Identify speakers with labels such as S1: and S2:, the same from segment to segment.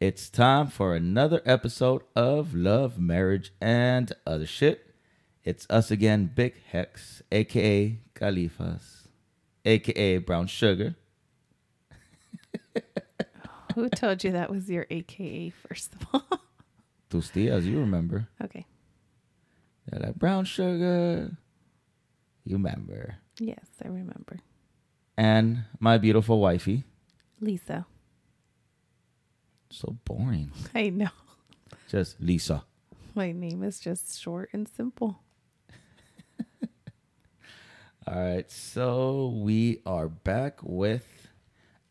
S1: It's time for another episode of Love, Marriage, and Other Shit. It's us again, Big Hex, aka Khalifas, aka Brown Sugar.
S2: Who told you that was your AKA, first of all?
S1: Tus tias, you remember.
S2: Okay.
S1: They're like, Brown Sugar. You remember.
S2: Yes, I remember.
S1: And my beautiful wifey.
S2: Lisa.
S1: So boring.
S2: I know.
S1: Just Lisa.
S2: My name is just short and simple.
S1: All right, so we are back with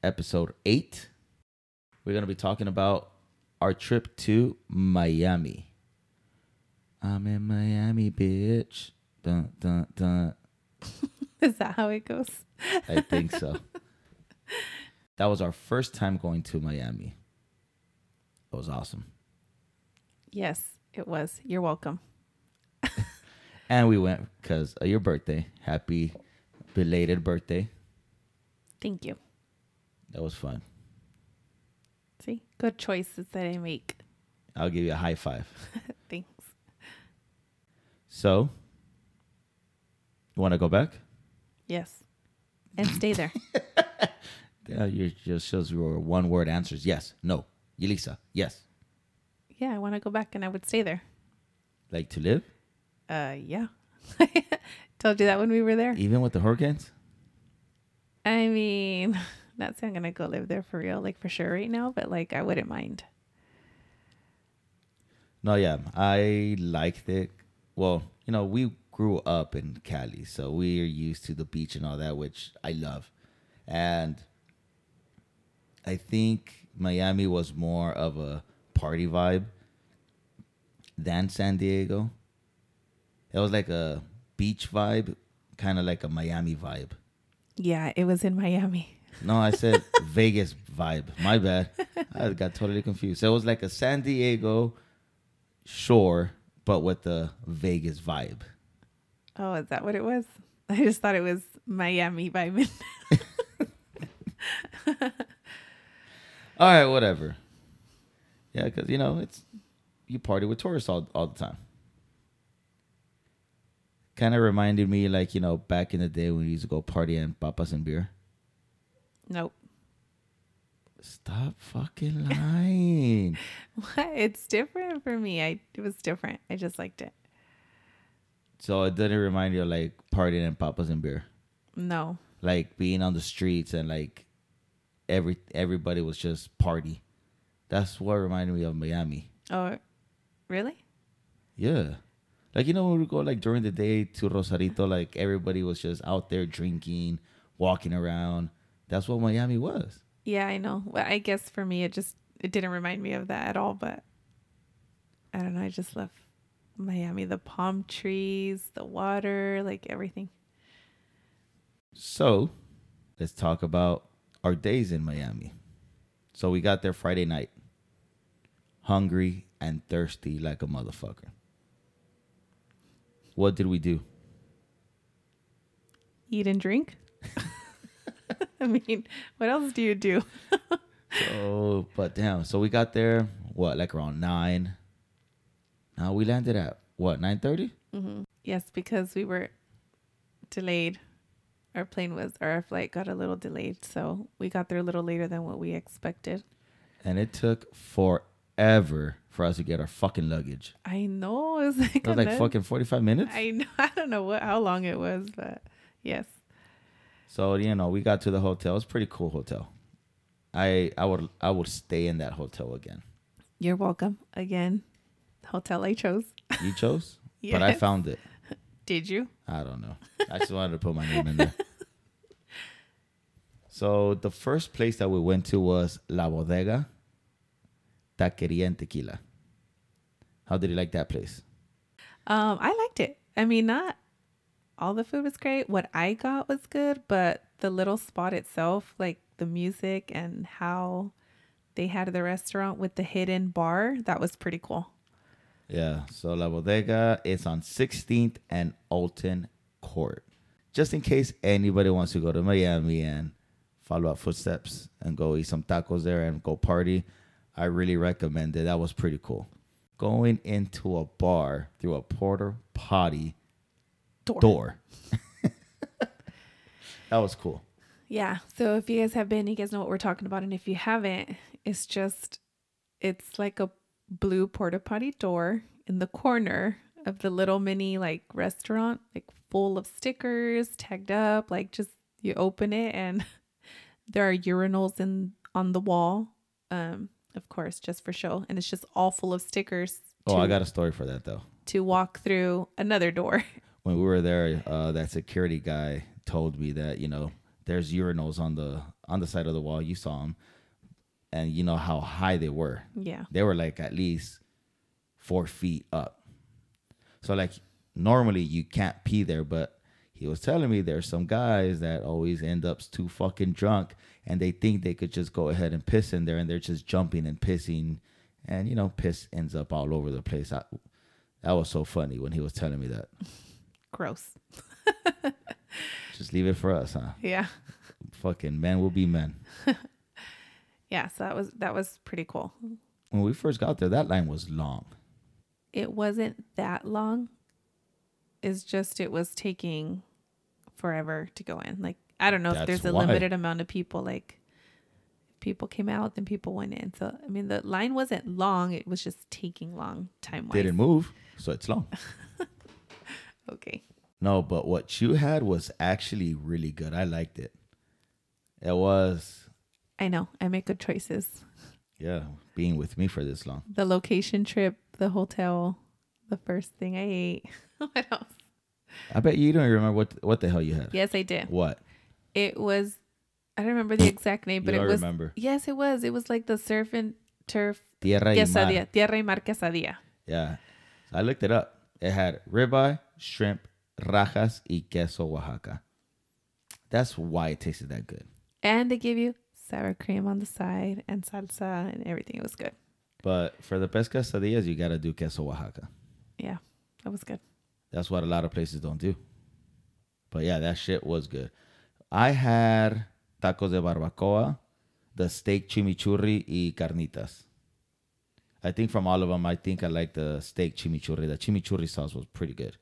S1: episode eight. We're gonna be talking about our trip to Miami. I'm in Miami, bitch. Dun dun dun.
S2: Is that how it goes?
S1: I think so. that was our first time going to Miami. It was awesome,
S2: Yes, it was. You're welcome.
S1: and we went because of your birthday. Happy belated birthday.
S2: Thank you.
S1: That was fun.
S2: See, good choices that I make.
S1: I'll give you a high five.
S2: Thanks.
S1: So, you want to go back?
S2: Yes. And stay there.
S1: Yeah, your your shows your one word answers. Yes, no, Elisa. Yes,
S2: yeah, I want to go back and I would stay there.
S1: like to live,
S2: Uh, yeah. told you that when we were there.
S1: even with the hurricanes.
S2: I mean, not saying I'm going to go live there for real, like for sure right now, but like I wouldn't mind.
S1: No, yeah, I liked it. Well, you know, we grew up in Cali, so we're used to the beach and all that, which I love. And I think Miami was more of a party vibe than San Diego. It was like a beach vibe, kind of like a Miami vibe.
S2: Yeah, it was in Miami.
S1: No, I said Vegas vibe. My bad. I got totally confused. So it was like a San Diego shore, but with the Vegas vibe.
S2: Oh, is that what it was? I just thought it was Miami by midnight.
S1: All right, whatever. Yeah, because you know it's you party with tourists all all the time. Kind of reminded me, like you know, back in the day when we used to go party and papas and beer.
S2: Nope.
S1: Stop fucking lying.
S2: What? It's different for me. I it was different. I just liked it.
S1: so it didn't remind you of like partying and papas and beer.
S2: No.
S1: like being on the streets and like every everybody was just party. That's what reminded me of Miami.
S2: Oh, really?
S1: Yeah. Like you know when we go like during the day to Rosarito, like everybody was just out there drinking, walking around. That's what Miami was.
S2: Yeah, I know. Well, I guess for me, it just it didn't remind me of that at all. But I don't know. I just love Miami. The palm trees, the water, like everything.
S1: So let's talk about our days in Miami. So we got there Friday night, hungry and thirsty like a motherfucker. What did we do?
S2: Eat and drink. I mean, what else do you do?
S1: So, Oh, but damn. So we got there what, like around nine. Now we landed at what nine thirty?
S2: Yes, because we were delayed. Our plane was, or our flight got a little delayed. So we got there a little later than what we expected.
S1: and it took forever for us to get our fucking luggage.
S2: I know. It was like,
S1: It was
S2: another-
S1: like fucking forty five minutes.
S2: I know. I don't know what how long it was, but yes.
S1: So you know, we got to the hotel. It's a pretty cool hotel. I I would I would stay in that hotel again.
S2: You're welcome again. Hotel I chose.
S1: You chose, but I
S2: Yes.
S1: found it.
S2: Did you?
S1: I don't know. I just wanted to put my name in there. So the first place that we went to was La Bodega, Taqueria and Tequila. How did you like that place?
S2: Um, I liked it. I mean, not all the food was great. What I got was good, but the little spot itself, like the music and how they had the restaurant with the hidden bar, that was pretty cool.
S1: Yeah, so La Bodega is on 16th and Alton Court. Just in case anybody wants to go to Miami and follow our footsteps and go eat some tacos there and go party, I really recommend it. That was pretty cool. Going into a bar through a porter potty
S2: Door.
S1: door. that was cool.
S2: Yeah. So if you guys have been, you guys know what we're talking about. And if you haven't, it's just, it's like a blue porta potty door in the corner of the little mini like restaurant, like full of stickers tagged up. Like just you open it and there are urinals in on the wall. Um, of course, just for show. And it's just all full of stickers
S1: Oh, I
S2: to-
S1: got a story for that though.
S2: to walk through another door.
S1: when we were there, uh, that security guy told me that you know there's urinals on the on the side of the wall. You saw them, and you know how high they were.
S2: yeah.
S1: They were like at least four feet up. So like normally you can't pee there, but he was telling me there's some guys that always end up too fucking drunk, and they think they could just go ahead and piss in there, and they're just jumping and pissing, and you know piss ends up all over the place. I, that was so funny when he was telling me that.
S2: Gross.
S1: Just leave it for us, huh?
S2: Yeah.
S1: Fucking men will be men.
S2: Yeah. So that was, that was pretty cool.
S1: When we first got there, that line was long.
S2: it wasn't that long. It's just it was taking forever to go in. Like I don't know if
S1: That's
S2: there's a
S1: why.
S2: limited amount of people. Like people came out, then people went in. So I mean, the line wasn't long. It was just taking long time wise.
S1: Didn't move, so it's long.
S2: Okay.
S1: No, but what you had was actually really good. I liked it. It was,
S2: I know. I make good choices.
S1: yeah, being with me for this long.
S2: The location trip, the hotel, the first thing I ate. what else?
S1: I bet you don't even remember what what the hell you had.
S2: Yes, I did.
S1: What?
S2: It was. I don't remember the exact name, but
S1: you
S2: it
S1: don't
S2: was.
S1: remember.
S2: Yes, it was. It was like the surf and turf
S1: Tierra y mar.
S2: quesadilla, tierra y mar quesadilla.
S1: Yeah. So I looked it up. It had ribeye, shrimp, rajas, y queso Oaxaca. That's why it tasted that good.
S2: And they give you sour cream on the side and salsa and everything. It was good.
S1: But for the pesca quesadillas, you got to do queso Oaxaca.
S2: Yeah, that was good.
S1: That's what a lot of places don't do. But yeah, that shit was good. I had tacos de barbacoa, the steak chimichurri y carnitas. I think from all of them, I think I like the steak chimichurri. The chimichurri sauce was pretty good.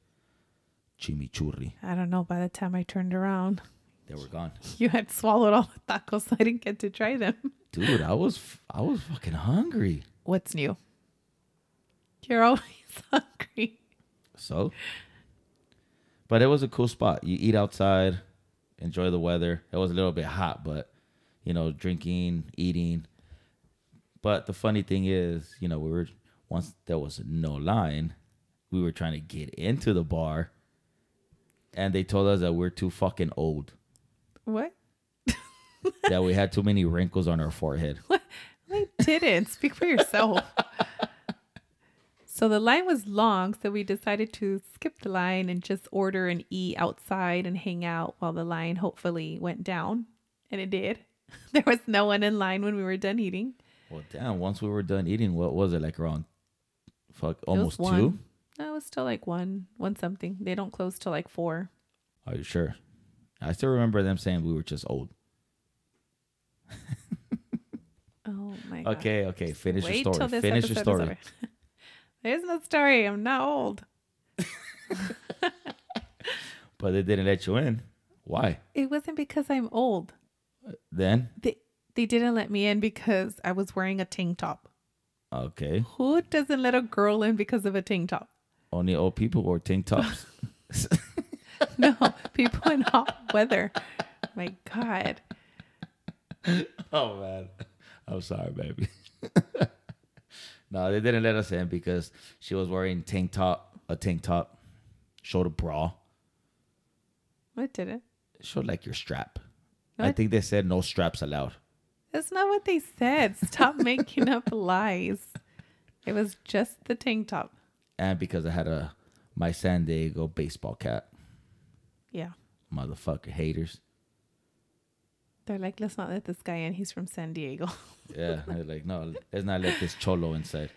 S1: Chimichurri.
S2: I don't know. By the time I turned around,
S1: They were gone.
S2: you had swallowed all the tacos. So I didn't get to try them.
S1: Dude, I was I was fucking hungry.
S2: What's new? You're always hungry.
S1: So, but it was a cool spot. You eat outside, enjoy the weather. It was a little bit hot, but you know, drinking, eating. But the funny thing is, you know, we were once there was no line, we were trying to get into the bar, and they told us that we're too fucking old,
S2: What?
S1: that we had too many wrinkles on our forehead.
S2: I didn't. Speak for yourself. So the line was long, so we decided to skip the line and just order and eat outside and hang out while the line hopefully went down. And it did. There was no one in line when we were done eating.
S1: Well, damn! Once we were done eating, what was it like around? Fuck,
S2: It
S1: almost
S2: was one.
S1: two.
S2: No, it was still like one, one something. They don't close till like four.
S1: Are you sure? I still remember them saying we were just old.
S2: Oh my god.
S1: Okay, okay. Finish
S2: Wait
S1: your
S2: till
S1: story.
S2: this
S1: Finish your
S2: episode is
S1: story.
S2: over. There's no story. I'm not old.
S1: But they didn't let you in. Why?
S2: It wasn't because I'm old.
S1: Then?
S2: They they didn't let me in because I was wearing a tank top.
S1: Okay.
S2: Who doesn't let a girl in because of a tank top?
S1: Only old people wore tank tops.
S2: No, people in hot weather. My God.
S1: oh man. I'm sorry, baby. no, they didn't let us in because she was wearing tank top, a tank top, showed a bra,
S2: What did it?
S1: showed like your strap. I
S2: What?
S1: think they said no straps allowed.
S2: That's not what they said. Stop making up lies. It was just the tank top.
S1: And because I had a my San Diego baseball cap.
S2: Yeah.
S1: Motherfucker haters.
S2: They're like, let's not let this guy in. He's from San Diego.
S1: Yeah. They're like, no, let's not let this cholo inside.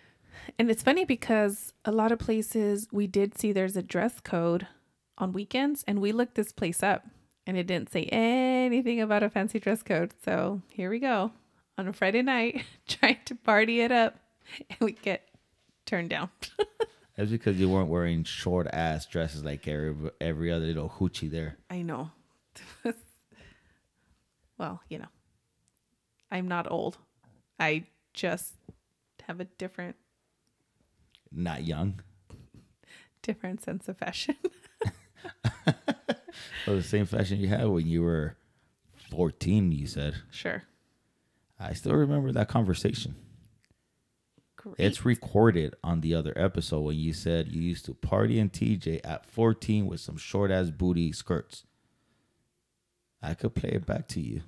S2: And it's funny because a lot of places we did see there's a dress code on weekends, and we looked this place up and it didn't say anything about a fancy dress code. So here we go. on a Friday night trying to party it up, and we get turned down.
S1: That's because you weren't wearing short ass dresses like every every other little hoochie there.
S2: I know. well, you know, I'm not old. I just have a different
S1: Not young.
S2: different sense of fashion.
S1: Well, the same fashion you had when you were 14, you said.
S2: sure.
S1: I still remember that conversation.
S2: Great.
S1: It's recorded on the other episode when you said you used to party in TJ at 14 with some short ass booty skirts. I could play it back to you.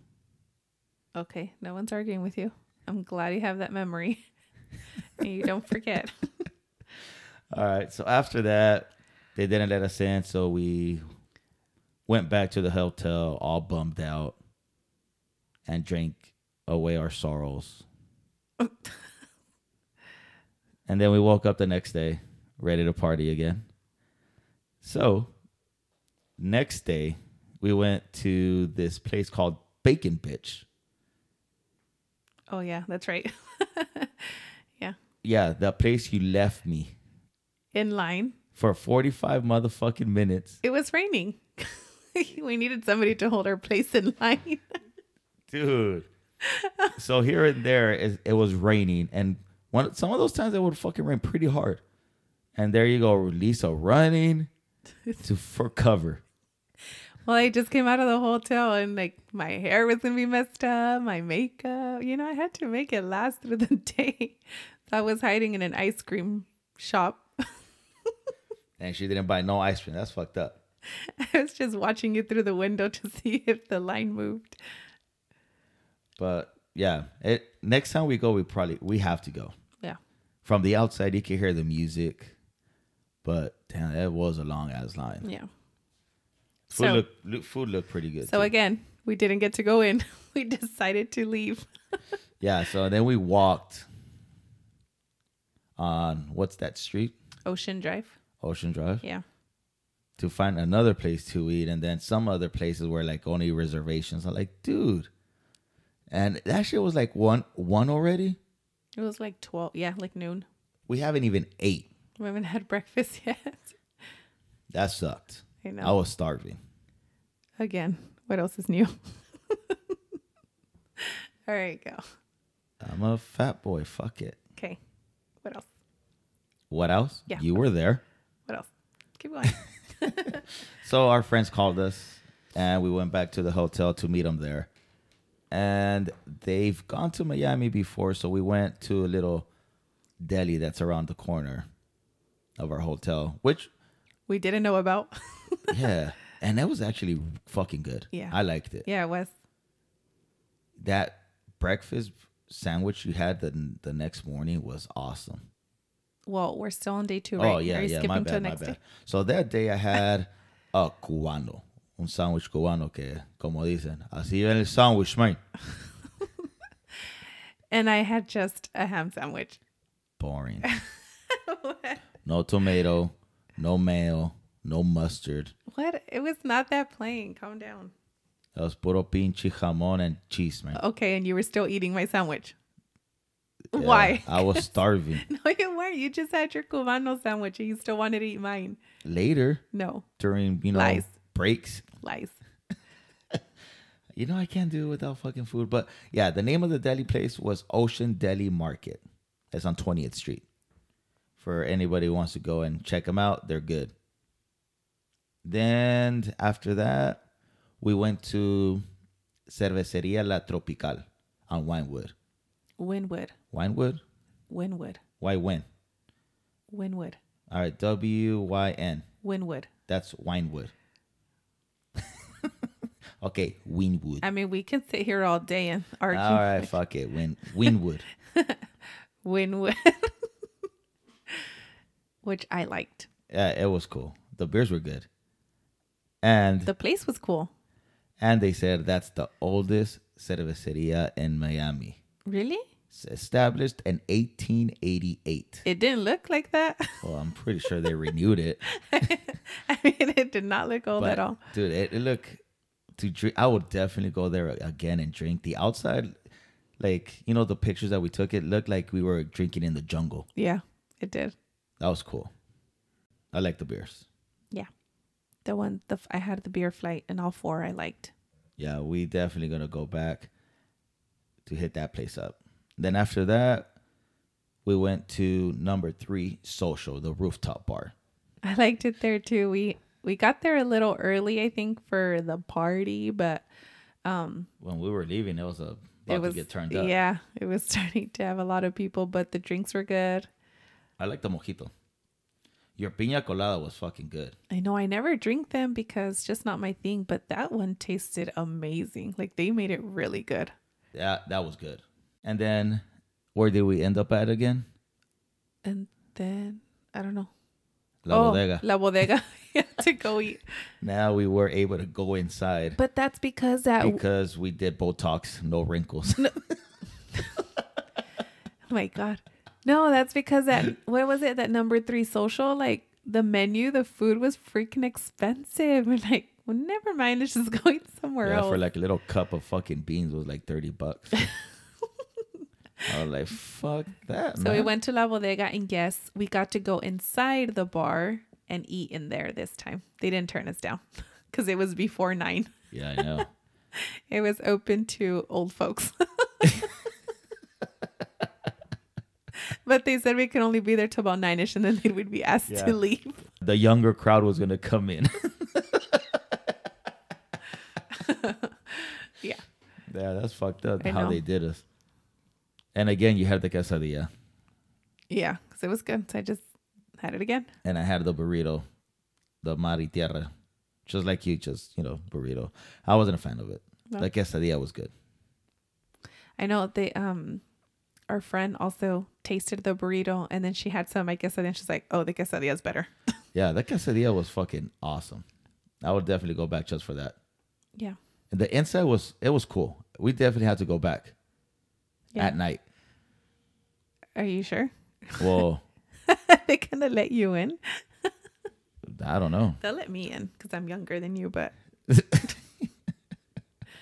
S2: okay. No one's arguing with you. I'm glad you have that memory. and you don't forget.
S1: All right. So after that, they didn't let us in. So we went back to the hotel all bummed out and drank away our sorrows. and then we woke up the next day ready to party again. So next day, we went to this place called Bacon Bitch.
S2: oh yeah, that's right. yeah.
S1: Yeah, the place you left me
S2: In line.
S1: for 45 motherfucking minutes.
S2: It was raining. we needed somebody to hold our place in line.
S1: dude. so here and there, it, it was raining, and one some of those times it would fucking rain pretty hard. And there you go, Lisa running to for cover.
S2: Well, I just came out of the hotel and like my hair was gonna be messed up, my makeup. You know, I had to make it last through the day. So I was hiding in an ice cream shop.
S1: And she didn't buy no ice cream. That's fucked up.
S2: I was just watching it through the window to see if the line moved.
S1: But yeah, it next time we go, we probably we have to go.
S2: Yeah.
S1: From the outside, you can hear the music, but damn, that was a long ass line.
S2: Yeah.
S1: Food
S2: So-
S1: look, look food looked pretty good.
S2: So
S1: too.
S2: again, we didn't get to go in. We decided to leave.
S1: yeah. So then we walked on what's that street?
S2: Ocean Drive.
S1: Ocean Drive.
S2: Yeah.
S1: to find another place to eat and then some other places were like only reservations i'm like dude and that shit was like one one already
S2: It was like 12. Yeah, like noon.
S1: we haven't even ate
S2: We haven't had breakfast yet.
S1: that sucked
S2: I know.
S1: i was starving
S2: Again, what else is new? All right, go.
S1: i'm a fat boy fuck it
S2: Okay. What else?
S1: what else
S2: Yeah.
S1: you were there
S2: What else? Keep going.
S1: so our friends called us and we went back to the hotel to meet them there and they've gone to miami before so we went to a little deli that's around the corner of our hotel which
S2: we didn't know about.
S1: yeah. And that was actually fucking good.
S2: Yeah.
S1: I liked it.
S2: yeah, it was.
S1: That breakfast sandwich you had the the next morning was awesome.
S2: Well, we're still on day two, right?
S1: Oh yeah,
S2: Are you
S1: yeah.
S2: skipping
S1: My
S2: till
S1: bad, my
S2: next
S1: bad.
S2: day?
S1: So that day I had a cubano, un sándwich cubano que, como dicen, así en el sándwich, man.
S2: And I had just a ham sandwich.
S1: Boring. no tomato, no mayo, no mustard.
S2: What? It was not that plain. Calm down.
S1: That was puro pinche jamón and cheese, man.
S2: Okay, and you were still eating my sandwich.
S1: Yeah,
S2: Uh, Why?
S1: I was starving.
S2: No, you weren't. You just had your cubano sandwich and you still wanted to eat mine.
S1: Later,
S2: No,
S1: during you know
S2: Lies.
S1: breaks,
S2: lies.
S1: You know, I can't do it without fucking food. But yeah, the name of the deli place was Ocean Deli Market. It's on 20th Street. For anybody who wants to go and check them out, they're good. Then after that, we went to Cervecería La Tropical on Winewood.
S2: Winwood,
S1: Winewood?
S2: Winwood,
S1: Why when?
S2: Winwood,
S1: All right, W Y N.
S2: Winwood.
S1: That's Winewood. okay, Winwood.
S2: I mean, we can sit here all day and argue.
S1: All right, fuck it. Win Winwood.
S2: Winwood, which I liked.
S1: Yeah, it was cool. The beers were good. And
S2: The place was cool.
S1: and they said that's the oldest cerveceria in Miami.
S2: Really?
S1: It's established in 1888.
S2: It didn't look like that.
S1: Well, I'm pretty sure they renewed it.
S2: I mean, it did not look old at all.
S1: dude, it, it look to drink I would definitely go there again and drink. The outside Like you know the pictures that we took, it looked like we were drinking in the jungle.
S2: Yeah, it did.
S1: That was cool. I like the beers.
S2: The one the f- I had the beer flight and all four I liked.
S1: Yeah, we definitely gonna go back to hit that place up. Then after that, we went to number three, social, the rooftop bar.
S2: I liked it there too. We we got there a little early, I think, for the party, but um
S1: When we were leaving, it was a about
S2: it was
S1: to get turned up.
S2: Yeah, it was starting to have a lot of people, but the drinks were good.
S1: I like the mojito. Your piña colada was fucking good.
S2: I know I never drink them because it's just not my thing, but that one tasted amazing. Like they made it really good.
S1: That that was good. And then where did we end up at again?
S2: And then I don't know.
S1: La
S2: oh,
S1: bodega.
S2: La bodega. We had to go eat.
S1: Now we were able to go inside
S2: But that's because that
S1: because we did Botox, no wrinkles.
S2: Oh my god. No, that's because that what was it? That number three social, like the menu, the food was freaking expensive. We're like, well, never mind, it's just going somewhere
S1: yeah,
S2: else.
S1: for like a little cup of fucking beans was like thirty bucks. I was like, fuck that.
S2: so we went to La Bodega and yes, we got to go inside the bar and eat in there this time. They didn't turn us down because it was before nine.
S1: Yeah, I know.
S2: It was open to old folks. but they said we could only be there till about nine ish and then they would be asked
S1: Yeah.
S2: to leave.
S1: the younger crowd was gonna come in.
S2: Yeah.
S1: yeah, that's fucked up
S2: I
S1: how
S2: know.
S1: they did us. And again, you had the quesadilla,
S2: Yeah, because it was good. So I just had it again.
S1: and I had the burrito, the mari tierra, just like you, just you know, burrito. I wasn't a fan of it.
S2: No.
S1: The quesadilla was good.
S2: I know they um our friend also tasted the burrito and then she had some, I guess, and then she's like, Oh, the quesadilla is better.
S1: Yeah, that quesadilla was fucking awesome. I would definitely go back just for that.
S2: Yeah.
S1: And the inside was it was cool. We definitely had to go back
S2: Yeah.
S1: at night.
S2: Are you sure?
S1: Well,
S2: they kinda let you in.
S1: I don't know.
S2: They'll let me in because I'm younger than you, but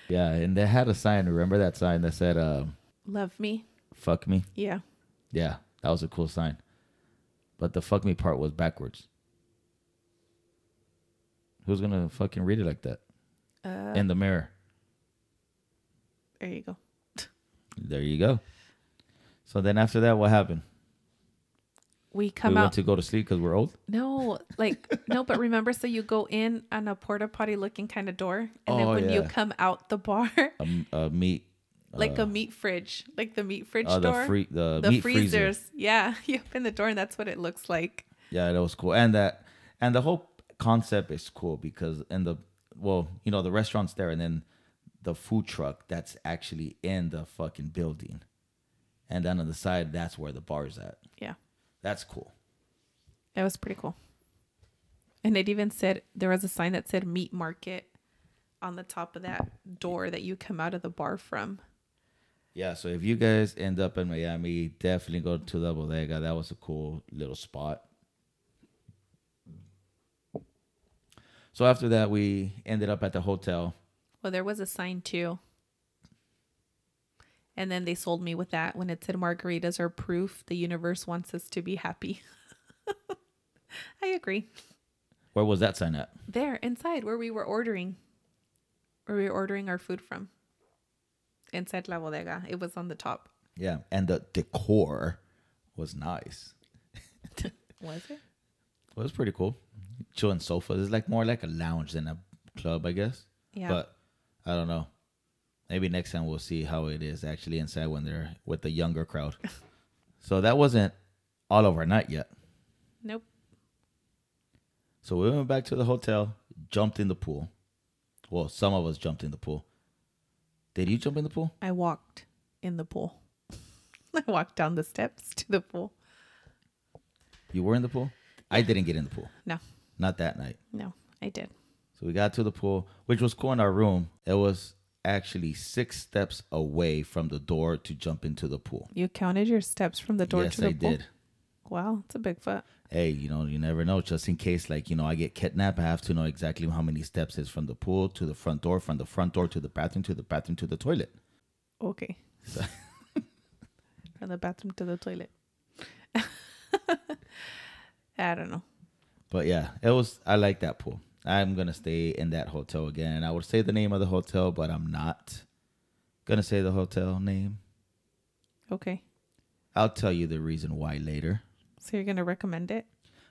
S1: Yeah, and they had a sign. Remember that sign that said um,
S2: love me.
S1: "fuck me"?
S2: Yeah.
S1: Yeah, that was a cool sign. But the "fuck me" part was backwards. Who's gonna fucking read it like that
S2: Uh
S1: in the mirror?
S2: there you go.
S1: There you go. So then after that, what happened?
S2: We come
S1: we
S2: out
S1: went to go to sleep because we're old.
S2: No, like no, but remember so you go in on a porta potty looking kind of door and then
S1: Oh,
S2: when you
S1: yeah.
S2: come out the bar,
S1: A, m- a meat,
S2: like a meat fridge, like the meat fridge
S1: uh, the
S2: door.
S1: free, the,
S2: the
S1: meat
S2: freezers.
S1: freezer.
S2: Yeah, you open the door and that's what it looks like.
S1: Yeah, that was cool. And that and the whole concept is cool because in the well, you know, the restaurant's there and then the food truck that's actually in the fucking building. And then on the side, that's where the bar's at.
S2: Yeah,
S1: That's cool.
S2: that was pretty cool. And it even said there was a sign that said meat market on the top of that door that you come out of the bar from.
S1: Yeah, so if you guys end up in Miami, definitely go to the bodega. That was a cool little spot. So after that, we ended up at the hotel.
S2: Well, there was a sign too. And then they sold me with that when it said margaritas are proof the universe wants us to be happy. I agree.
S1: Where was that sign at?
S2: there inside where we were ordering where we were ordering our food from inside la bodega it was on the top
S1: Yeah, and the decor was nice.
S2: was it
S1: It was pretty cool. Chilling sofas. It's like more like a lounge than a club, I guess.
S2: yeah
S1: But I don't know. Maybe next time we'll see how it is actually inside when they're with the younger crowd. so that wasn't all overnight yet.
S2: nope
S1: So we went back to the hotel, jumped in the pool. Well, some of us jumped in the pool. Did you jump in the pool?
S2: i walked in the pool i walked down the steps to the pool
S1: You were in the pool? I didn't get in the pool.
S2: no
S1: Not that night.
S2: no i did
S1: So we got to the pool, which was cool in our room. It was actually six steps away from the door to jump into the pool.
S2: you counted your steps from the door
S1: yes,
S2: to the
S1: I
S2: pool
S1: did.
S2: wow it's a big foot
S1: Hey, you know, you never know. Just in case, like, you know, I get kidnapped, I have to know exactly how many steps is from the pool to the front door, from the front door to the bathroom, to the bathroom to the toilet.
S2: okay
S1: So,
S2: From the bathroom to the toilet. I don't know.
S1: but yeah, it was. I like that pool. I'm gonna stay in that hotel again. I would say the name of the hotel, but I'm not gonna say the hotel name.
S2: Okay.
S1: I'll tell you the reason why later.
S2: So you're going to recommend it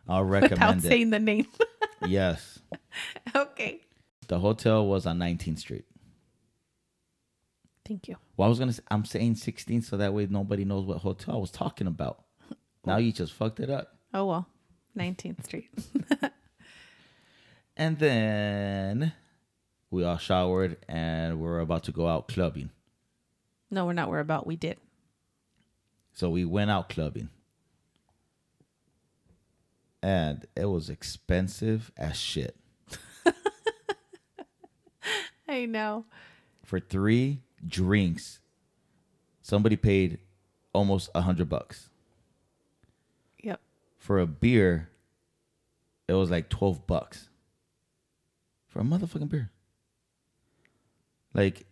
S1: I'll
S2: without
S1: recommend it.
S2: saying the name.
S1: yes,
S2: okay.
S1: the hotel was on 19th Street.
S2: Thank you.
S1: Well, I was gonna. Say, I'm saying 16 so that way nobody knows what hotel I was talking about. Now you just fucked it up.
S2: Oh, well. 19th Street.
S1: And then we all showered and we are about to go out clubbing.
S2: No, we're not. We're about. We did.
S1: So we went out clubbing. And it was expensive as shit.
S2: I know.
S1: For three drinks, somebody paid almost a hundred bucks.
S2: Yep.
S1: For a beer, it was like twelve bucks. For a motherfucking beer. Like,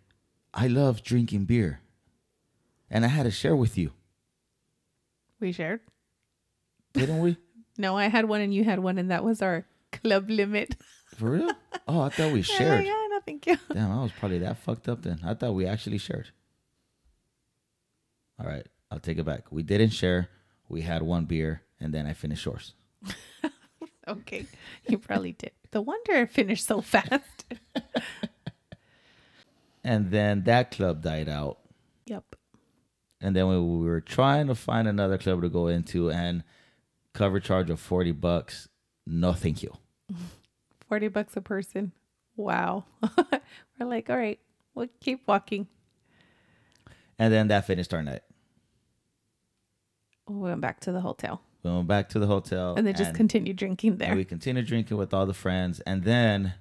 S1: I love drinking beer. And I had to share with you,
S2: We shared.
S1: didn't we?
S2: No, I had one and you had one, and that was our club limit.
S1: For real? Oh, I thought we
S2: I'm like,
S1: shared.
S2: "Ah, no, thank you.
S1: Damn, I was probably that fucked up then. I thought we actually shared. All right, I'll take it back. We didn't share. We had one beer, and then I finished yours.
S2: Okay. You probably did. The wonder it finished so fast.
S1: And then that club died out.
S2: yep.
S1: And then we, we were trying to find another club to go into, and cover charge of forty bucks. No, thank you.
S2: 40 bucks a person. Wow. We're like, all right, we'll keep walking.
S1: And then that finished our night.
S2: We went back to the hotel
S1: We went back to the hotel,
S2: and they just continued drinking there.
S1: and we continued drinking with all the friends, and then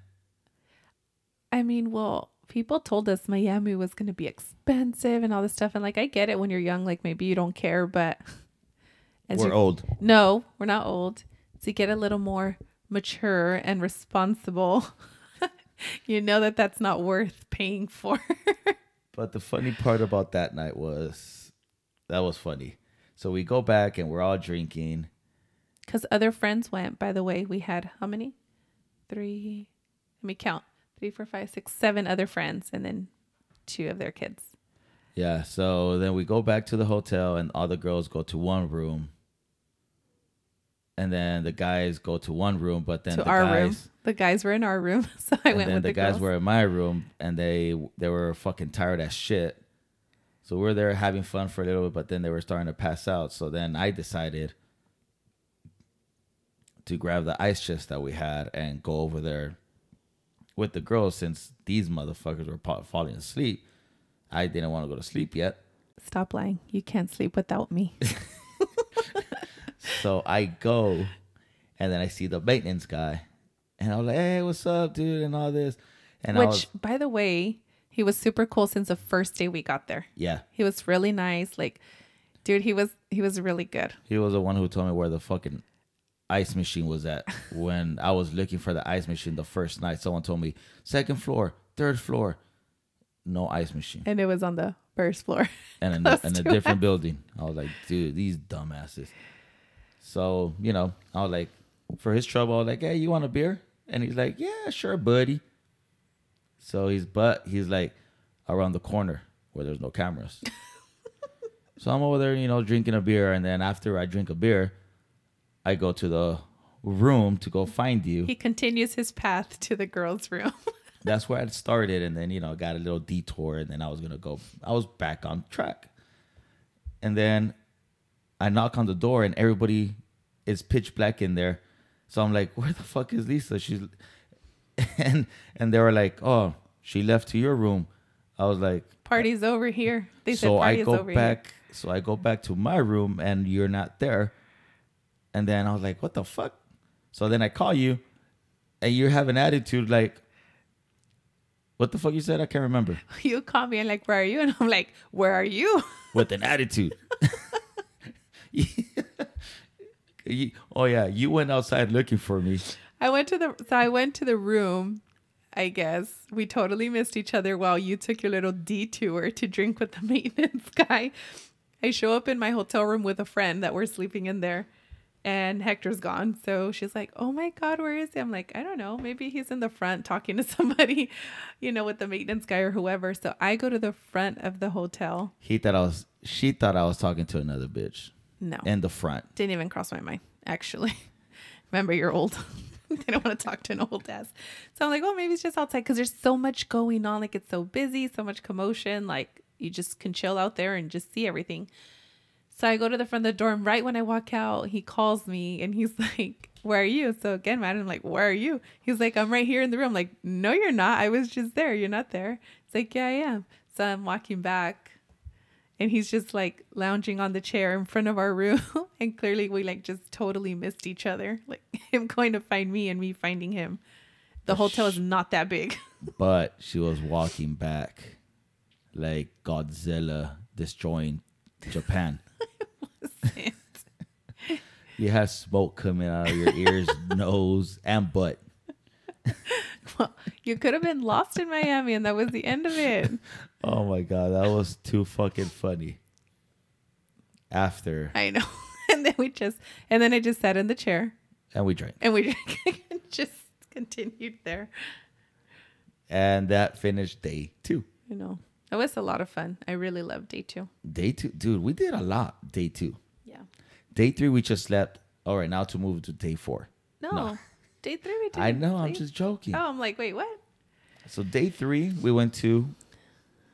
S2: I mean, well, people told us Miami was going to be expensive and all this stuff. And like, I get it when you're young, like maybe you don't care, but as
S1: we're
S2: you're
S1: old.
S2: No, we're not old. To get a little more mature and responsible, you know that that's not worth paying for.
S1: But the funny part about that night was that was funny. So we go back and we're all drinking.
S2: Because other friends went, by the way, we had how many? Three, let me count three, four, five, six, seven other friends, and then two of their kids.
S1: Yeah. So then we go back to the hotel and all the girls go to one room. And then the guys go to one room, but then
S2: to
S1: the
S2: our
S1: guys
S2: room. The guys were in our room, so I
S1: and
S2: went
S1: then
S2: with
S1: the,
S2: the,
S1: guys
S2: girls.
S1: were in my room and they they were fucking tired as shit. So we are there having fun for a little bit, but then they were starting to pass out. So then I decided to grab the ice chest that we had and go over there with the girls since these motherfuckers were pa- falling asleep. I didn't want to go to sleep yet.
S2: Stop lying. You can't sleep without me.
S1: So I go, and then I see the maintenance guy, and I was like, "Hey, what's up, dude?" and all this, and I
S2: Which,
S1: was,
S2: by the way, he was super cool since the first day we got there.
S1: yeah,
S2: He was really nice. Like, dude, he was he was really good.
S1: he was the one who told me where the fucking ice machine was at when I was looking for the ice machine the first night. Someone told me second floor, third floor, no ice machine,
S2: And it was on the first floor.
S1: and in,
S2: Close
S1: in a
S2: to
S1: different building. I was like, dude, these dumbasses. So you know, I was like, for his trouble, I was like, hey, you want a beer? And he's like, yeah, sure, buddy. So he's but he's like around the corner where there's no cameras. so I'm over there, you know, drinking a beer, and then after I drink a beer, I go to the room to go find you.
S2: He continues his path to the girls' room.
S1: That's where I started, and then you know, got a little detour, and then I was gonna go. I was back on track, and then I knock on the door, and everybody is pitch black in there. So I'm like, where the fuck is Lisa? She's and and they were like, oh, she left to your room. I was like,
S2: Party's over here. They said
S1: so I
S2: party's
S1: go
S2: over
S1: back. So I go back to my room, and you're not there. And then I was like, "What the fuck?" So then I call you, and you have an attitude like, "What the fuck you said?" I can't remember.
S2: here. You call me and like, where are you? And I'm like, where are you?
S1: With an attitude. You- oh yeah, you went outside looking for me.
S2: I went to the so I went to the room. I guess we totally missed each other while you took your little detour to drink with the maintenance guy. I show up in my hotel room with a friend that we're sleeping in there, and Hector's gone. So she's like, Oh my God, where is he? I'm like, I don't know. Maybe he's in the front talking to somebody, you know, with the maintenance guy or whoever. So I go to the front of the hotel.
S1: He thought I was. She thought I was talking to another bitch
S2: No,
S1: in the front.
S2: didn't even cross my mind, actually. Remember, you're old. I don't want to talk to an old ass. So I'm like, well, maybe it's just outside because there's so much going on. Like, it's so busy, so much commotion. Like, you just can chill out there and just see everything. So I go to the front of the dorm. Right when I walk out, he calls me and he's like, Where are you? So again, man, I'm like, Where are you? He's like, I'm right here in the room. I'm like, no, you're not. I was just there. You're not there. It's like, Yeah, I am. So I'm walking back and he's just like lounging on the chair in front of our room. and clearly we like just totally missed each other. Like him going to find me and me finding him. The hotel is not that big.
S1: but she was walking back like Godzilla destroying Japan. You had smoke coming out of your ears, nose, and butt.
S2: well, you could have been lost in Miami and that was the end of it.
S1: Oh my god, that was too fucking funny. After
S2: I know. And then we just, and then I just sat in the chair
S1: and we drank.
S2: and we just continued there.
S1: And that finished day two.
S2: You know, it was a lot of fun. I really loved day two.
S1: Day two dude, we did a lot day two.
S2: Yeah.
S1: Day three we just slept. All right, now to move to day four.
S2: No, day three we did.
S1: I know, I'm just joking.
S2: Oh, I'm like, wait, what?
S1: So day three we went to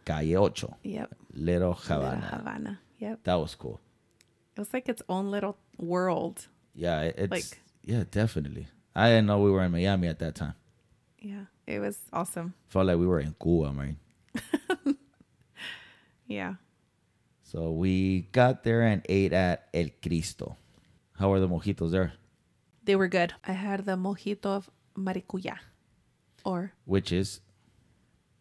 S1: Calle Ocho,
S2: Yep.
S1: Little
S2: Little
S1: Havana.
S2: Havana. Yep.
S1: That was cool.
S2: It was like its own little world.
S1: Yeah, it- it's
S2: Like-
S1: yeah, definitely. I didn't know we were in Miami at that time.
S2: Yeah. It was awesome.
S1: Felt like we were in Cuba, man.
S2: Yeah.
S1: So we got there and ate at El Cristo. How are the mojitos there?
S2: They were good. I had the mojito of maricuya or
S1: Which is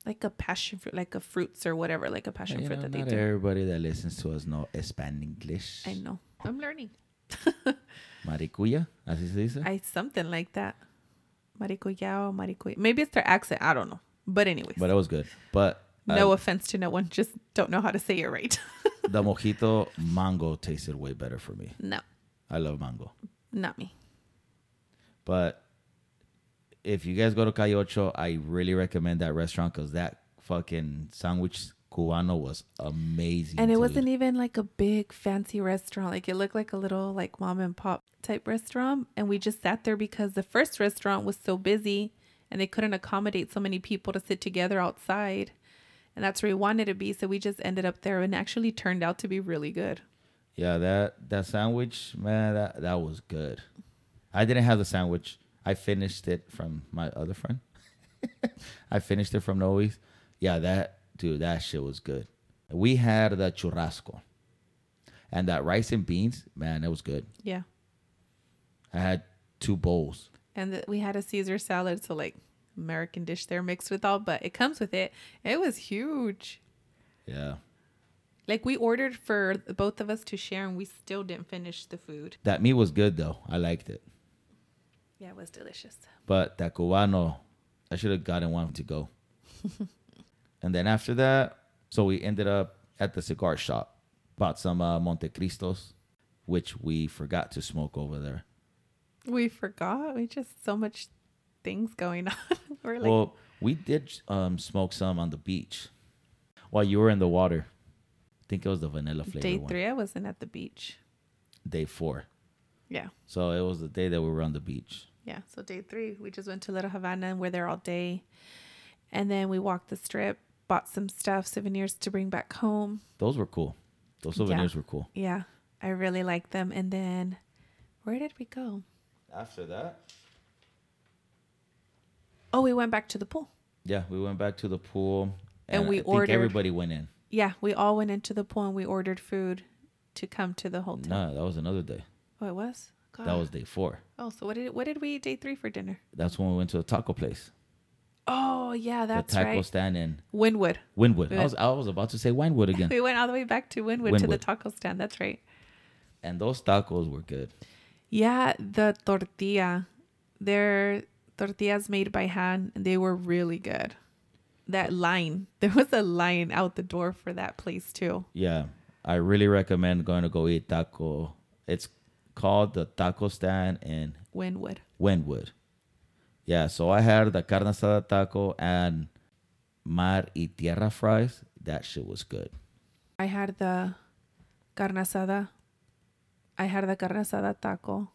S2: like a passion fruit, like a fruits or whatever, like a passion
S1: you
S2: fruit
S1: know,
S2: that they
S1: not
S2: do.
S1: everybody that listens to us know Spanish English.
S2: I know. I'm learning.
S1: Maricuya, así se dice.
S2: I something like that. Maricuya or maricuya. Maybe it's their accent. I don't know. But anyways,
S1: but it was good. But uh,
S2: no offense to no one. Just don't know how to say it right.
S1: the mojito mango tasted way better for me.
S2: no,
S1: I love mango.
S2: not me.
S1: But if you guys go to Calle Ocho, I really recommend that restaurant because that fucking sandwich cubano was amazing.
S2: And it
S1: dude.
S2: wasn't even like a big fancy restaurant. Like it looked like a little like mom and pop type restaurant. And we just sat there because the first restaurant was so busy and they couldn't accommodate so many people to sit together outside. And that's where we wanted to be. So we just ended up there and actually turned out to be really good. e-
S1: Yeah, that that sandwich, man, that that was good. I didn't have the sandwich. I finished it from my other friend. I finished it from Noe's. Yeah, that dude, that shit was good. We had the churrasco, and that rice and beans, man, that was good.
S2: Yeah.
S1: I had two bowls.
S2: and th- we had a Caesar salad, so like American dish there mixed with all, but it comes with it. It was huge.
S1: Yeah,
S2: Like we ordered for the both of us to share, and we still didn't finish the food.
S1: that meat was good though. I liked it.
S2: Yeah, it was delicious.
S1: But that cubano, I should have gotten one to go. and then after that, so we ended up at the cigar shop, bought some uh, Monte Cristos, which we forgot to smoke over there.
S2: We forgot. We just so much things going on. We're like,
S1: well, we did um, smoke some on the beach while you were in the water. I think it was the vanilla flavor
S2: day
S1: one.
S2: three, I wasn't at the beach.
S1: Day four.
S2: Yeah,
S1: So it was the day that we were on the beach.
S2: yeah. So day three, we just went to Little Havana, and we're there all day, and then we walked the strip, bought some stuff, souvenirs to bring back home.
S1: Those were cool. Those souvenirs were cool.
S2: Yeah, I really liked them. And then, where did we go?
S1: After that,
S2: Oh, we went back to the pool.
S1: yeah, we went back to the pool.
S2: And
S1: I
S2: we
S1: think
S2: ordered-
S1: everybody went in.
S2: Yeah, we all went into the pool and we ordered food to come to the hotel.
S1: No, that was another day.
S2: Oh, it was. God.
S1: That was day four.
S2: Oh, so what did what did we eat day three for dinner?
S1: That's when we went to a taco place.
S2: Oh yeah, that's
S1: the taco
S2: right.
S1: stand in
S2: Winwood.
S1: Winwood.
S2: We
S1: I was I was about to say Winewood again.
S2: We went all the way back to Winwood, to the
S1: Wynwood.
S2: taco stand. That's right.
S1: and those tacos were good.
S2: Yeah, the tortilla. Their tortillas made by hand, and they were really good. That line, there was a line out the door for that place too.
S1: Yeah, I really recommend going to go eat taco. It's called the Taco Stand in
S2: Winwood.
S1: Wynwood. Yeah, so I had the carne asada taco and mar y tierra fries. That shit was good.
S2: I had the carne asada. I had the carne asada taco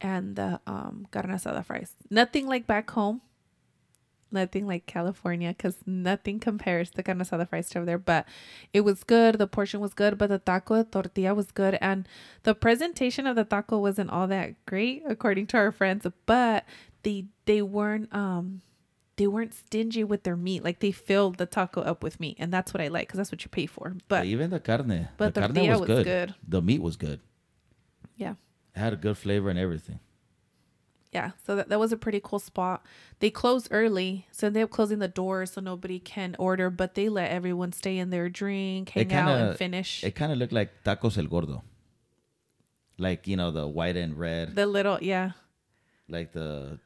S2: and the um, carne asada fries. Nothing like back home. Nothing like California because nothing compares the carne asada fries to over there. But it was good. The portion was good. But the taco the tortilla was good. And the presentation of the taco wasn't all that great according to our friends. But they they weren't um they weren't stingy with their meat. Like they filled the taco up with meat, and that's what I like because that's what you pay for. But
S1: even the carne,
S2: but
S1: the carne
S2: tortilla
S1: was,
S2: was
S1: good.
S2: good.
S1: The meat was good.
S2: yeah,
S1: It had a good flavor and everything.
S2: yeah. So that, that was a pretty cool spot. They closed early, so they up closing the doors so nobody can order, but they let everyone stay in their drink, hang out,
S1: kinda-
S2: and finish
S1: It kind of looked like tacos el gordo, like you know the white and red,
S2: the little yeah,
S1: like the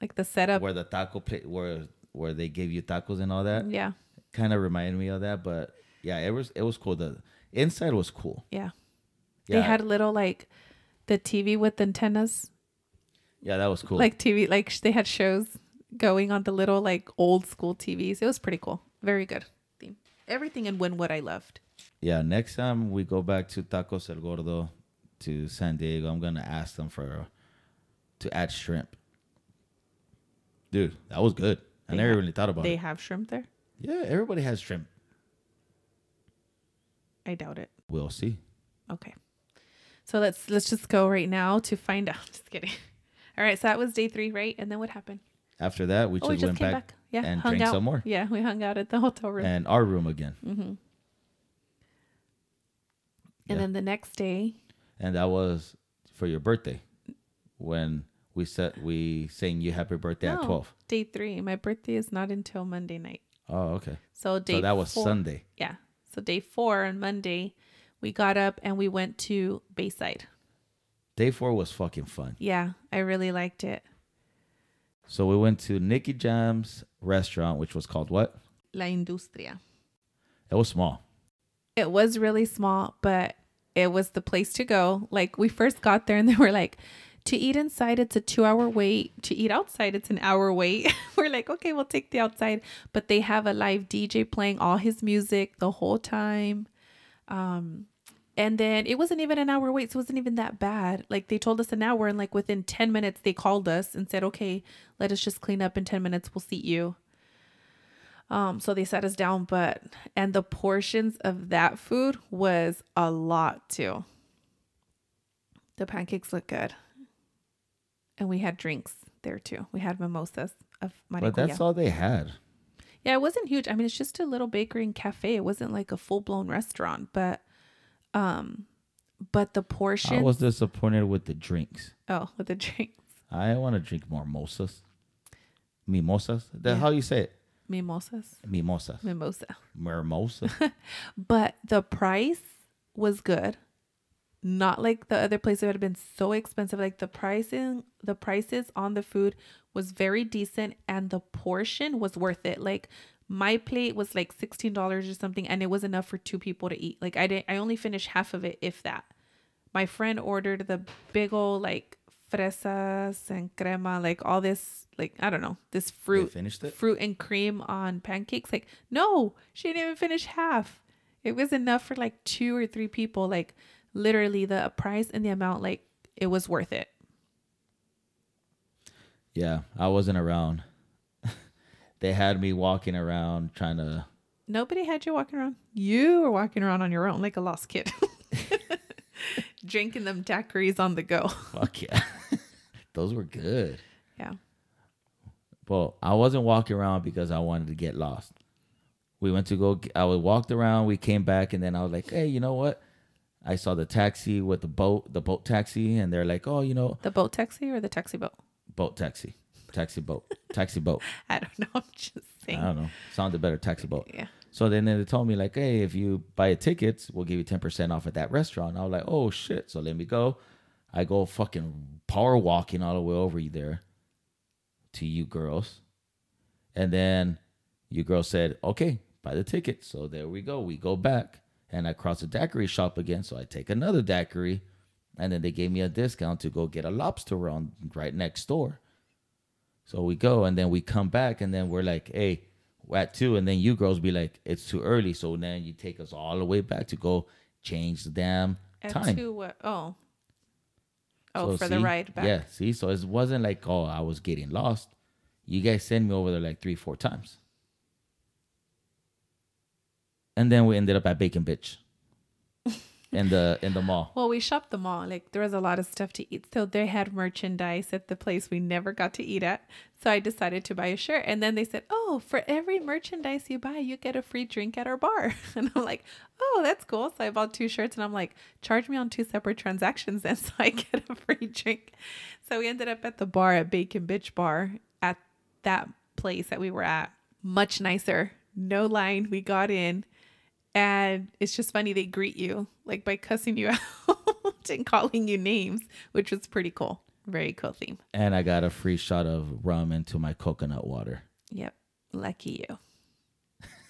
S2: like the setup.
S1: where the taco plate where where they give you tacos and all that.
S2: Yeah,
S1: Kind of reminded me of that, but yeah, it was it was cool. The inside was cool.
S2: yeah.
S1: Yeah,
S2: They had little like the TV with antennas,
S1: yeah, that was cool.
S2: like TV, like sh- they had shows going on the little like old school TVs. It was pretty cool. Very good theme. Everything in Winwood I loved.
S1: Yeah, next time we go back to Tacos El Gordo to San Diego, I'm gonna ask them for to add shrimp. Dude, that was good. I
S2: They
S1: never
S2: have-
S1: really thought about
S2: They
S1: it.
S2: have shrimp there.
S1: Yeah, everybody has shrimp.
S2: I doubt it.
S1: We'll see.
S2: Okay. So let's let's just go right now to find out. Just kidding. All right, so that was day three, right? And then what happened?
S1: After that, we just
S2: oh, we just
S1: went
S2: came
S1: back,
S2: back. Yeah,
S1: and
S2: hung
S1: drank
S2: out.
S1: some more.
S2: Yeah, we hung out at the hotel room.
S1: and our room again. yeah.
S2: And then the next day,
S1: And that was for your birthday when we said we sang you happy birthday at
S2: No,
S1: 12.
S2: Day three. My birthday is not until Monday night.
S1: Oh, okay.
S2: So day
S1: so that was
S2: four-
S1: Sunday.
S2: Yeah. So day four on Monday, we got up and we went to Bayside.
S1: Day four was fucking fun.
S2: Yeah, I really liked it.
S1: So we went to Nicky Jam's restaurant, which was called what?
S2: La Industria.
S1: It was small.
S2: it was really small, but it was the place to go. Like we first got there and they were like, to eat inside, it's a two hour wait. To eat outside, it's an hour wait. we're like, okay, we'll take the outside. But they have a live DJ playing all his music the whole time. Um, and then it wasn't even an hour wait, so it wasn't even that bad. Like they told us an hour, and like within 10 minutes, they called us and said, okay, let us just clean up in 10 minutes. We'll seat you. Um, so they sat us down, but and the portions of that food was a lot too. The pancakes looked good, and we had drinks there too. We had mimosas of
S1: But that's
S2: maracuyá.
S1: all they had.
S2: Yeah, it wasn't huge. I mean, it's just a little bakery and cafe. It wasn't like a full blown restaurant, but um, but the
S1: I
S2: portion.
S1: was disappointed with the drinks.
S2: oh, with the drinks,
S1: I want to drink more mimosas. Mimosas? That's how you say it.
S2: mimosas,
S1: Mimosas.
S2: mimosa.
S1: Mimosas.
S2: but the price was good not like the other place that had been so expensive like the pricing the prices on the food was very decent and the portion was worth it like my plate was like $16 or something and it was enough for two people to eat like i didn't i only finished half of it if that my friend ordered the big old like fresas and crema like all this like i don't know this
S1: they
S2: fruit
S1: finished it?
S2: fruit and cream on pancakes. Like, no, she didn't even finish half. It was enough for like two or three people. Like, literally, the price and the amount, like, it was worth it.
S1: Yeah, I wasn't around. they had me walking around trying to.
S2: Nobody had you walking around. You were walking around on your own like a lost kid, drinking them daiquiris on the go.
S1: Fuck yeah. Those were good.
S2: Yeah.
S1: Well, I wasn't walking around because I wanted to get lost. We went to go. g- I was walked around. We came back, and then I was like, "Hey, you know what?" I saw the taxi with the boat, the boat taxi, and they're like, "Oh, you know,
S2: The boat taxi or the taxi boat?
S1: boat taxi, taxi boat, taxi boat."
S2: I don't know. I'm just
S1: I
S2: saying.
S1: don't know. Sounded better, taxi boat.
S2: Yeah.
S1: So then they told me like, "Hey, if you buy a ticket, we'll give you ten percent off at that restaurant." I was like, "Oh shit!" So let me go. I go fucking power walking all the way over there. to you girls. And then you girls said, okay, buy the ticket. So there we go. We go back. And I cross the daiquiri shop again. So I take another daiquiri. And then they gave me a discount to go get a lobster roll right next door. So we go and then we come back and then we're like, hey, we're at two. And then you girls be like, it's too early. So then you take us all the way back to go change the damn
S2: At
S1: time.
S2: two, what? Oh. Oh,
S1: So
S2: for the
S1: see?
S2: ride back.
S1: Yeah, see, so it wasn't like oh I was getting lost. You guys sent me over there like three, four times, and then we ended up at Bacon Bitch, in the in the mall.
S2: Well, we shopped the mall. Like there was a lot of stuff to eat. So they had merchandise at the place we never got to eat at. So I decided to buy a shirt. And then they said, "Oh, for every merchandise you buy, you get a free drink at our bar." And I'm like, "Oh, that's cool." So I bought two shirts, and I'm like, "Charge me on two separate transactions, then, so I get a free drink." So we ended up at the bar at Bacon Bitch Bar at that place that we were at. Much nicer. No line. We got in and it's just funny they greet you like by cussing you out and calling you names which was pretty cool very cool theme
S1: And I got a free shot of rum into my coconut water,
S2: yep lucky you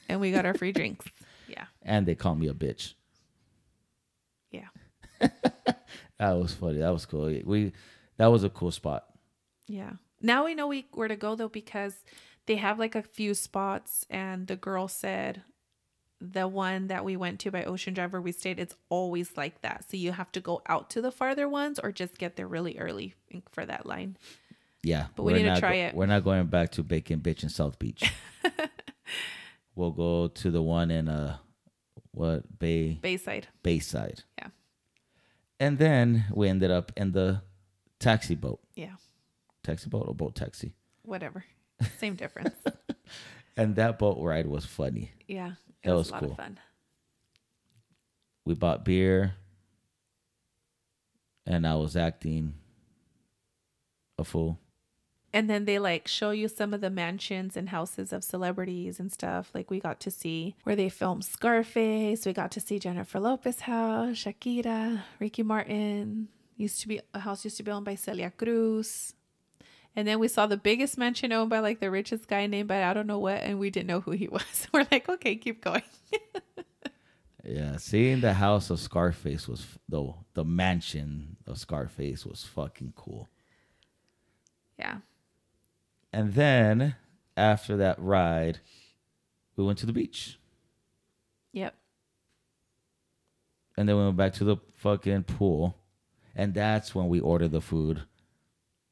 S2: and we got our free drinks yeah
S1: and they called me a bitch.
S2: yeah
S1: That was funny. That was cool. We that was a cool spot.
S2: yeah now we know we where to go though because they have like a few spots and the girl said the one that we went to by ocean drive where we stayed it's always like that so you have to go out to the farther ones or just get there really early for that line
S1: Yeah,
S2: But we
S1: we're
S2: need to
S1: not
S2: try
S1: go-
S2: it.
S1: We're not going back to Bacon Bitch in South Beach. we'll go to the one in uh, what Bay
S2: bayside
S1: Bayside.
S2: Yeah.
S1: and then we ended up in the taxi boat,
S2: yeah
S1: taxi boat or boat taxi,
S2: whatever same difference
S1: and that boat ride was funny.
S2: Yeah. It
S1: That
S2: was,
S1: was
S2: a lot
S1: cool.
S2: of fun.
S1: We bought beer, and I was acting a fool.
S2: And then they like show you some of the mansions and houses of celebrities and stuff. Like we got to see where they filmed Scarface. We got to see Jennifer Lopez house, Shakira, Ricky Martin. Used to be a house used to be owned by Celia Cruz. And then we saw the biggest mansion owned by like the richest guy named by I don't know what, and we didn't know who he was. We're like, okay, keep going.
S1: Yeah, seeing the house of Scarface was f- the the mansion of Scarface was fucking cool.
S2: Yeah.
S1: And then after that ride, we went to the beach.
S2: Yep.
S1: And then we went back to the fucking pool. And that's when we ordered the food.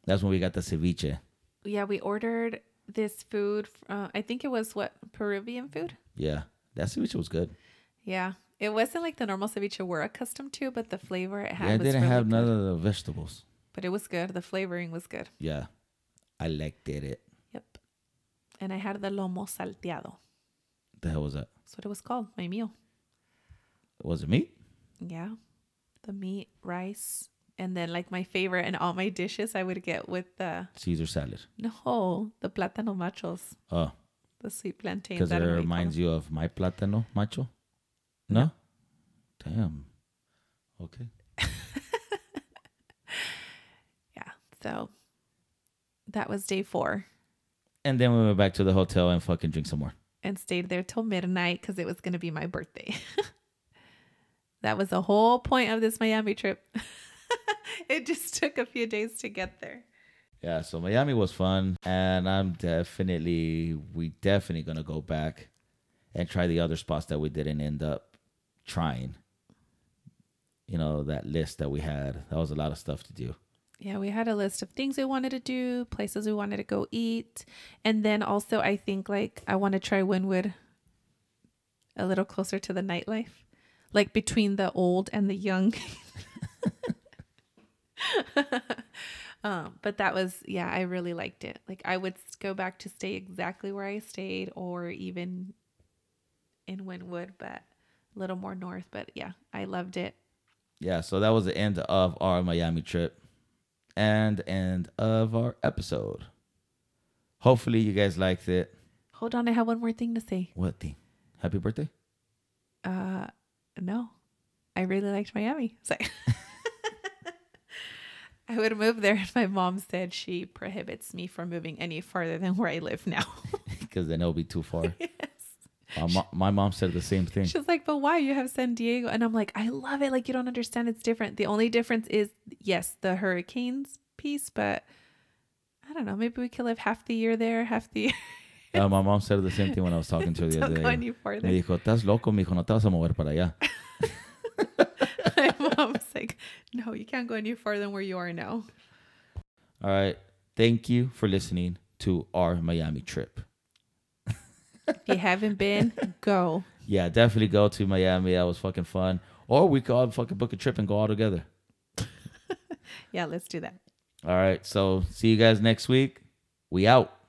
S1: That's when we got the ceviche.
S2: Yeah, we ordered this food. Uh, I think it was what Peruvian food.
S1: Yeah. That ceviche was good.
S2: Yeah. It wasn't like the normal ceviche we're accustomed to, but the flavor it had
S1: yeah, it
S2: was
S1: didn't
S2: really
S1: have
S2: good.
S1: none of the vegetables.
S2: But it was good. The flavoring was good.
S1: Yeah. I liked it.
S2: Yep. And I had the lomo salteado.
S1: The hell was that?
S2: That's what it was called, my meal.
S1: Was it meat?
S2: Yeah. The meat, rice, and then like my favorite and all my dishes I would get with the
S1: Caesar salad.
S2: no, the plátano machos,
S1: Oh,
S2: the sweet plantain.
S1: because
S2: I
S1: it
S2: don't know what you call
S1: reminds
S2: them.
S1: you of my plátano macho? No? Damn. Okay.
S2: Yeah. So that was day four.
S1: And then we went back to the hotel and fucking drink some more.
S2: and stayed there till midnight because it was going to be my birthday. that was the whole point of this Miami trip. it just took a few days to get there.
S1: Yeah, so Miami was fun, and I'm definitely we definitely gonna go back and try the other spots that we didn't end up trying. You know that list that we had. That was a lot of stuff to do.
S2: Yeah, we had a list of things we wanted to do, places we wanted to go eat. And then also, I think like I want to try Wynwood a little closer to the nightlife, like between the old and the young. um, but that was, yeah, I really liked it. Like, I would s- go back to stay exactly where I stayed or even in Wynwood, but a little more north. But yeah, I loved it.
S1: Yeah, so that was the end of our Miami trip, and end of our episode. Hopefully, you guys liked it.
S2: Hold on, I have one more thing to say.
S1: What thing? Happy birthday!
S2: Uh, no, I really liked Miami. So I I would move there if my mom said she prohibits me from moving any farther than where I live now.
S1: because then it'll be too far.
S2: yes.
S1: My, mo- my mom said the same thing.
S2: She's like, but why? You have San Diego. And I'm like, I love it. Like, you don't understand. It's different. The only difference is, yes, the hurricanes piece, but I don't know. Maybe we could live half the year there, half the year.
S1: Uh, my mom said the same thing when I was talking to her the
S2: Don't
S1: other
S2: go
S1: day.
S2: any farther.
S1: Me dijo, estás loco, mijo, no te vas a mover para allá.
S2: my mom's like, no, you can't go any farther than where you are now.
S1: All right. Thank you for listening to our Miami trip.
S2: If you haven't been, go.
S1: Yeah, definitely go to Miami. That was fucking fun. Or we could all fucking book a trip and go all together.
S2: Yeah, let's do that.
S1: All right. So see you guys next week. We out.